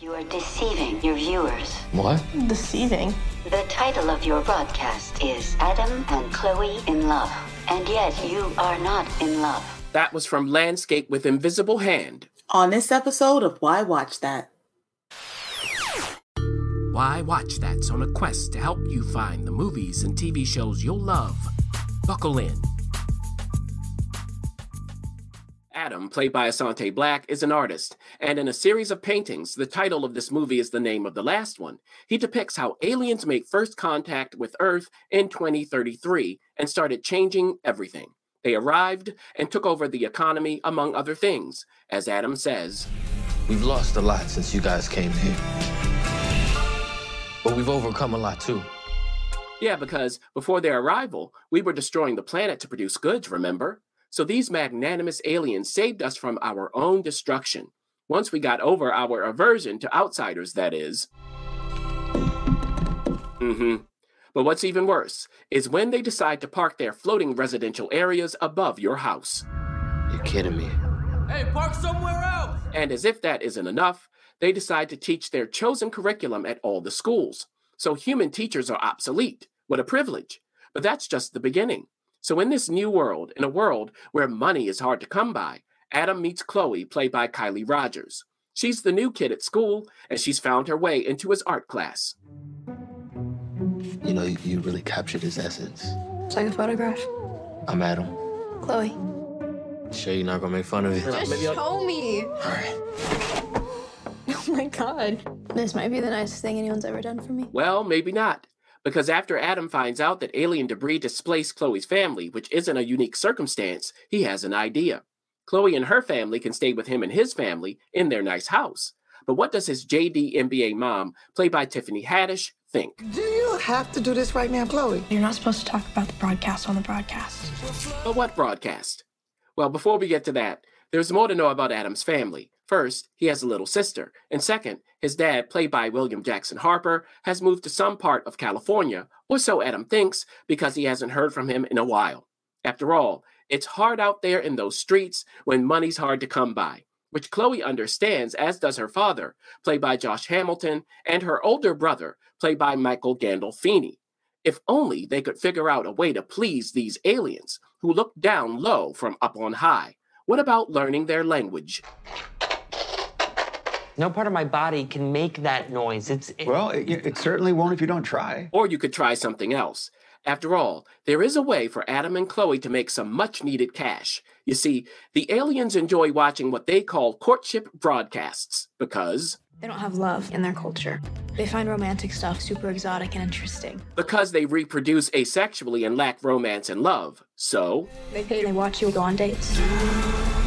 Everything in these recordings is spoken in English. You are deceiving your viewers. What? Deceiving. The title of your broadcast is Adam and Chloe in Love, and yet you are not in love. That was from Landscape with Invisible Hand. On this episode of Why Watch That. Why Watch That's on a quest to help you find the movies and TV shows you'll love. Buckle in. Adam, played by Asante Black, is an artist, and in a series of paintings, the title of this movie is the name of the last one. He depicts how aliens make first contact with Earth in 2033 and started changing everything. They arrived and took over the economy, among other things. As Adam says, We've lost a lot since you guys came here. But we've overcome a lot too. Yeah, because before their arrival, we were destroying the planet to produce goods, remember? So these magnanimous aliens saved us from our own destruction. Once we got over our aversion to outsiders, that is. hmm. But what's even worse is when they decide to park their floating residential areas above your house. You're kidding me. Hey, park somewhere else! And as if that isn't enough, they decide to teach their chosen curriculum at all the schools. So human teachers are obsolete. What a privilege. But that's just the beginning. So, in this new world, in a world where money is hard to come by, Adam meets Chloe, played by Kylie Rogers. She's the new kid at school, and she's found her way into his art class. You know, you, you really captured his essence. It's like a photograph. I'm Adam. Chloe. Sure, you're not gonna make fun of it. Just show me. All right. Oh my god. This might be the nicest thing anyone's ever done for me. Well, maybe not. Because after Adam finds out that alien debris displaced Chloe's family, which isn't a unique circumstance, he has an idea. Chloe and her family can stay with him and his family in their nice house. But what does his JD MBA mom, played by Tiffany Haddish, think? Do you have to do this right now, Chloe? You're not supposed to talk about the broadcast on the broadcast. But what broadcast? Well, before we get to that, there's more to know about Adam's family. First, he has a little sister. And second, his dad, played by William Jackson Harper, has moved to some part of California, or so Adam thinks, because he hasn't heard from him in a while. After all, it's hard out there in those streets when money's hard to come by, which Chloe understands, as does her father, played by Josh Hamilton, and her older brother, played by Michael Gandolfini. If only they could figure out a way to please these aliens who look down low from up on high. What about learning their language? No part of my body can make that noise. It's it, Well, it, it certainly won't if you don't try. Or you could try something else. After all, there is a way for Adam and Chloe to make some much needed cash. You see, the aliens enjoy watching what they call courtship broadcasts because They don't have love in their culture. They find romantic stuff super exotic and interesting. because they reproduce asexually and lack romance and love. So, They, they watch you go on dates.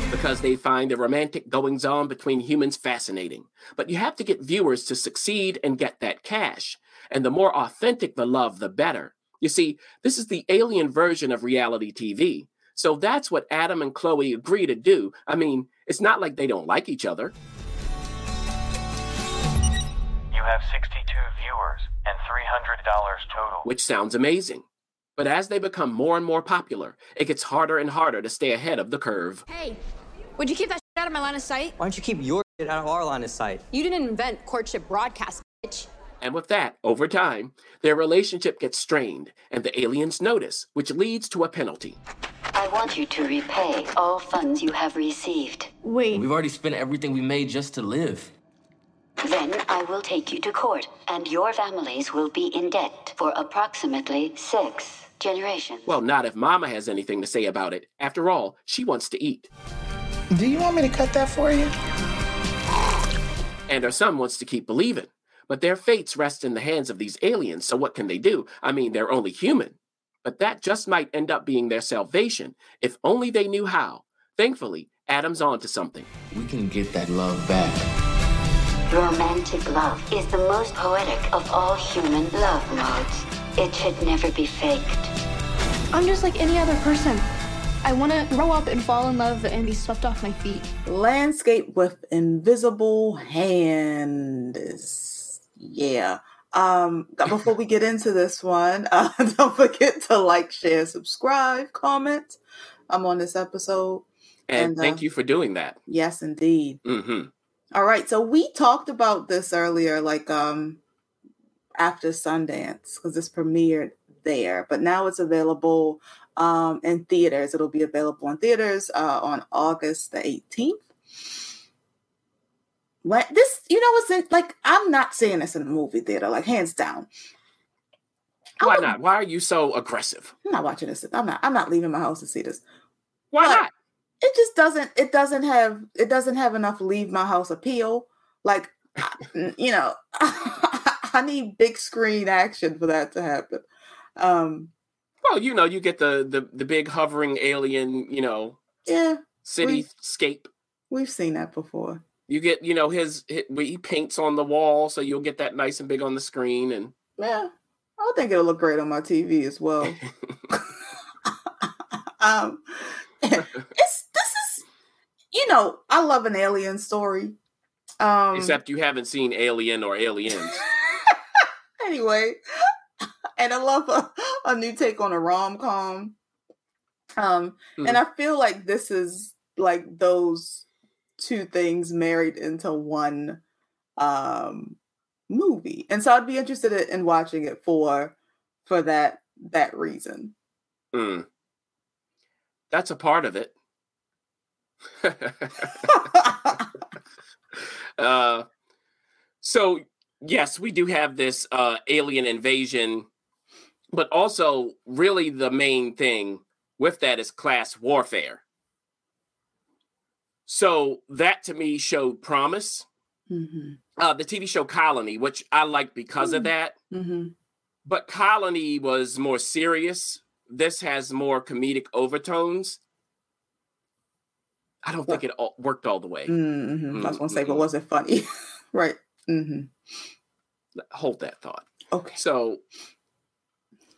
because they find the romantic goings on between humans fascinating. But you have to get viewers to succeed and get that cash. And the more authentic the love, the better. You see, this is the alien version of reality TV. So that's what Adam and Chloe agree to do. I mean, it's not like they don't like each other. You have 62 viewers and $300 total. which sounds amazing. But as they become more and more popular, it gets harder and harder to stay ahead of the curve. Hey, would you keep that shit out of my line of sight? why don't you keep your shit out of our line of sight? You didn't invent courtship broadcast, bitch. And with that, over time, their relationship gets strained, and the aliens notice, which leads to a penalty. I want you to repay all funds you have received. Wait, We've already spent everything we made just to live. Then I will take you to court, and your families will be in debt for approximately six generations. Well, not if Mama has anything to say about it. After all, she wants to eat, Do you want me to cut that for you? and her son wants to keep believing. But their fates rest in the hands of these aliens, so what can they do? I mean, they're only human. But that just might end up being their salvation, if only they knew how. Thankfully, Adam's onto something. We can get that love back. Romantic love is the most poetic of all human love modes. It should never be faked. I'm just like any other person. I want to grow up and fall in love and be swept off my feet. landscape with invisible hands. Yeah. Um, before we get into this one, uh, don't forget to like, share, subscribe, comment. I'm on this episode. And, And, thank uh, you for doing that. Yes, indeed. hmm All right, so we talked about this earlier, like um after Sundance, because this premiered there, but now it's available um in theaters. It'll be available in theaters uh on August the 18th. What this, you know, it's in, like I'm not seeing this in the movie theater, like hands down. Why not? Why are you so aggressive? I'm not watching this. I'm not I'm not leaving my house to see this. Why not? it just doesn't it doesn't have it doesn't have enough leave my house appeal like I- you know i need big screen action for that to happen um Well, you know, you get the the, the big hovering alien, you know, yeah cityscape. we've seen that before You get, you know, his, his he paints on the wall, so you'll get that nice and big on the screen. And yeah i think it'll look great on my tv as well um it's this is you know i love an alien story um except you haven't seen Alien or Aliens. anyway, and I love a, a new take on a rom com. Um, Hmm. and I feel like this is like those two things married into one um movie, and so I'd be interested i- in watching it for for that that reason. Hmm. That's a part of it. uh, so yes, we do have this uh, alien invasion, but also really the main thing with that is class warfare. So that to me showed promise. Mm-hmm. Uh, the TV show Colony, which I like because of Mm. that, Mm-hmm. but Colony was more serious. This has more comedic overtones. I don't think it all worked all the way. Mm-hmm. I was gonna say, but was it funny? right. Mm-hmm. Hold that thought. Okay. So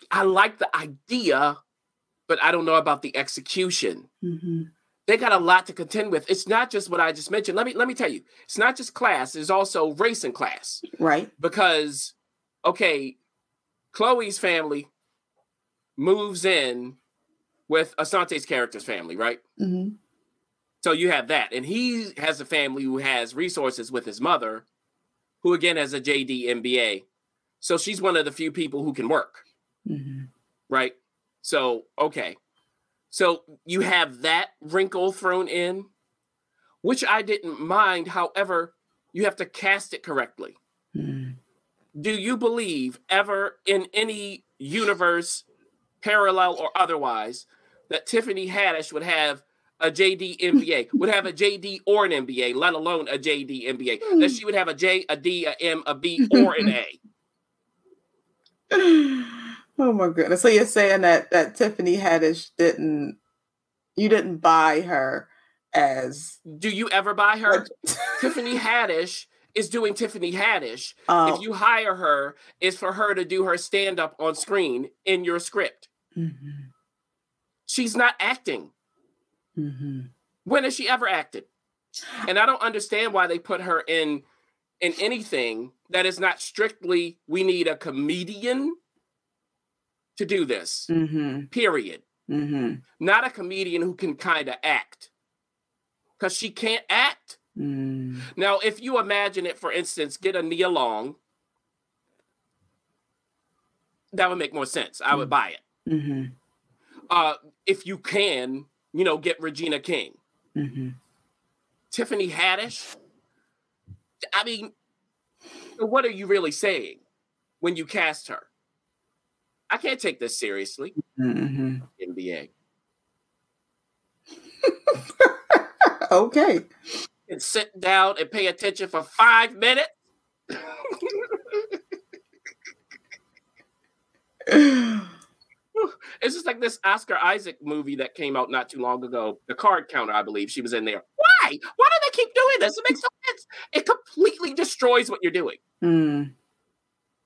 I like the idea, but I don't know about the execution. Mm-hmm. They got a lot to contend with. It's not just what I just mentioned. Let me let me tell you. It's not just class, it's also race and class. Right. Because okay, Chloe's family moves in with Asante's character's family, right? Mm-hmm. So you have that. And he has a family who has resources with his mother, who again has a JD MBA. So she's one of the few people who can work, Mm-hmm. right? So, okay. So you have that wrinkle thrown in, which I didn't mind. However, you have to cast it correctly. Mm-hmm. Do you believe ever in any universe, parallel or otherwise, that Tiffany Haddish would have a JD MBA, would have a JD or an MBA, let alone a JD MBA? That she would have a J, a D, a M, a B, or an A. Oh my goodness. So you're saying that that Tiffany Haddish didn't you didn't buy her as Do you ever buy her? Tiffany Haddish is doing Tiffany Haddish. Oh. If you hire her, it's for her to do her stand up on screen in your script. Mm-hmm. She's not acting. Mm-hmm. When has she ever acted? And I don't understand why they put her in in anything that is not strictly we need a comedian to do this. Mm-hmm. Period. Mm-hmm. Not a comedian who can kind of act. Cuz she can't act. Mm. Now, if you imagine it, for instance, get a Nia Long, that would make more sense. I would buy it. Mm-hmm. Uh, if you can, you know, get Regina King, Mm-hmm. Tiffany Haddish. I mean, what are you really saying when you cast her? I can't take this seriously. Mm-hmm. NBA. Okay. And sit down and pay attention for five minutes. It's just like this Oscar Isaac movie that came out not too long ago, The Card Counter, I believe. She was in there. Why? Why do they keep doing this? It makes no sense. It completely destroys what you're doing. Mm.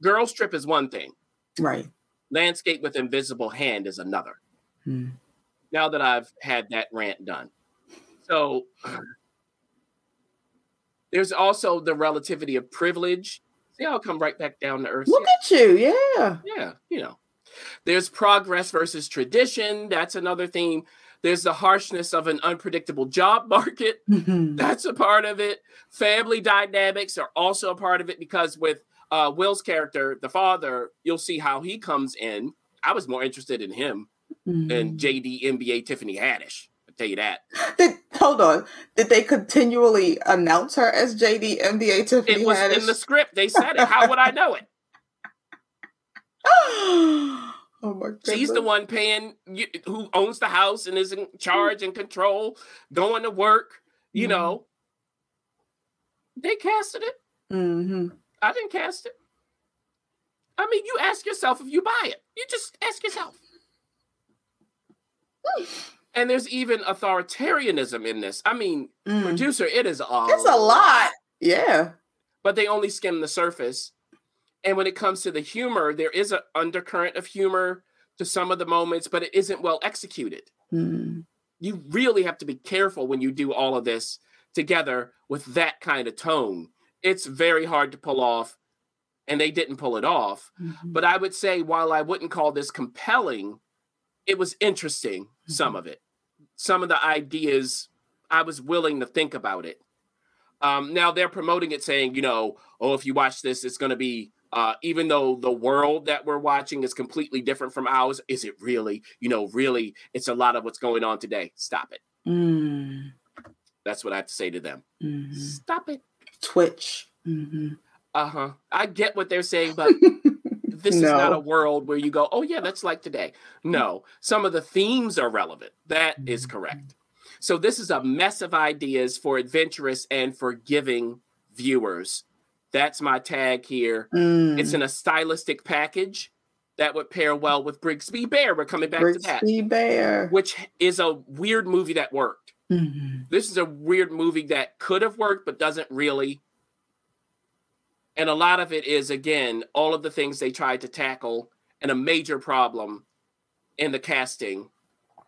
Girl strip is one thing. Right. Landscape with invisible hand is another. Hmm. Now that I've had that rant done, so there's also the relativity of privilege. See, I'll come right back down to earth. Look at you, yeah. yeah, you know. There's progress versus tradition. That's another theme. There's the harshness of an unpredictable job market. Mm-hmm. That's a part of it. Family dynamics are also a part of it because with uh, Will's character, the father, you'll see how he comes in. I was more interested in him Mm-hmm. Mm. than JD NBA Tiffany Haddish. I'll tell you that. Did, hold on. Did they continually announce her as JD MBA Tiffany It was Haddish? in the script. They said it. How would I know it? oh my god. She's the one paying, you- who owns the house and is in charge and control, going to work. You Mm-hmm. know, they casted it. hmm I didn't cast it. I mean, you ask yourself if you buy it. You just ask yourself. and there's even authoritarianism in this. I mean, producer, it is a Mm. It's a lot. Yeah. but they only skim the surface. And when it comes to the humor, there is an undercurrent of humor to some of the moments, but it isn't well executed. Mm. You really have to be careful when you do all of this together with that kind of tone. It's very hard to pull off, and they didn't pull it off. But I would say, while I wouldn't call this compelling, it was interesting, some of it. Some of the ideas, I was willing to think about it. Um, now they're promoting it, saying, you know, oh, if you watch this, it's going to be, uh, even though the world that we're watching is completely different from ours, is it really? You know, really, it's a lot of what's going on today. Stop it. Mm. That's what I have to say to them. Mhm. Stop it. Twitch. hmm Uh huh. I get what they're saying, but this is not No. a world where you go, oh, yeah, that's like today. No, some of the themes are relevant. That is correct. So, this is a mess of ideas for adventurous and forgiving viewers. That's my tag here. Mm-hmm. It's in a stylistic package that would pair well with Brigsby Bear. We're coming back to that, Brixby Bear. which is a weird movie that worked Mhm. this is a weird movie that could have worked but doesn't really and a lot of it is again all of the things they tried to tackle and a major problem in the casting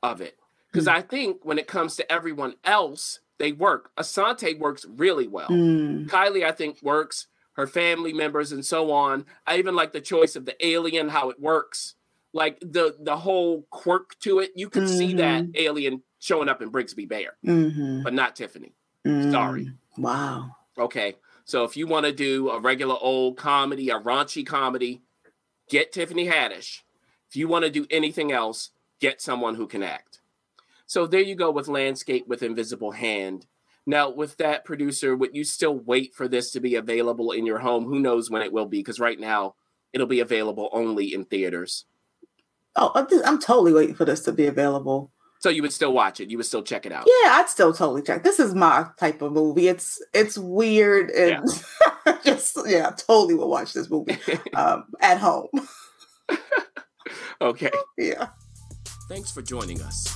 of it because i think when it comes to everyone else they work asante works really well Mm. kylie i think works her family members and so on i even like the choice of the alien how it works like the the whole quirk to it you could see that alien showing up in brigsby bear Mhm. but not Tiffany. Mm. Sorry. Wow. Okay. So if you want to do a regular old comedy, a raunchy comedy, get Tiffany Haddish. If you want to do anything else, get someone who can act. So there you go with Landscape with Invisible Hand. Now, with that producer, would you still wait for this to be available in your home? Who knows when it will be? Because right now, it'll be available only in theaters. Oh, I'm, just- I'm totally waiting for this to be available. So you would still watch it. You would still check it out. Yeah, I'd still totally check. This is my type of movie. It's it's weird and just yeah, I totally would watch this movie um, at home. Okay. Yeah. Thanks for joining us.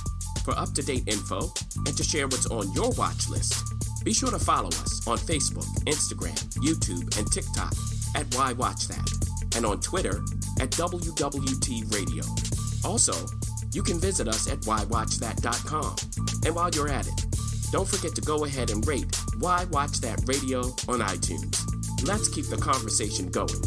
For up to date info and to share what's on your watch list, be sure to follow us on Facebook, Instagram, YouTube, and TikTok at Why Watch That, and on Twitter at WWT Radio. Also, you can visit us at whywatchthat.com. And while you're at it, don't forget to go ahead and rate Why Watch That Radio on iTunes. Let's keep the conversation going.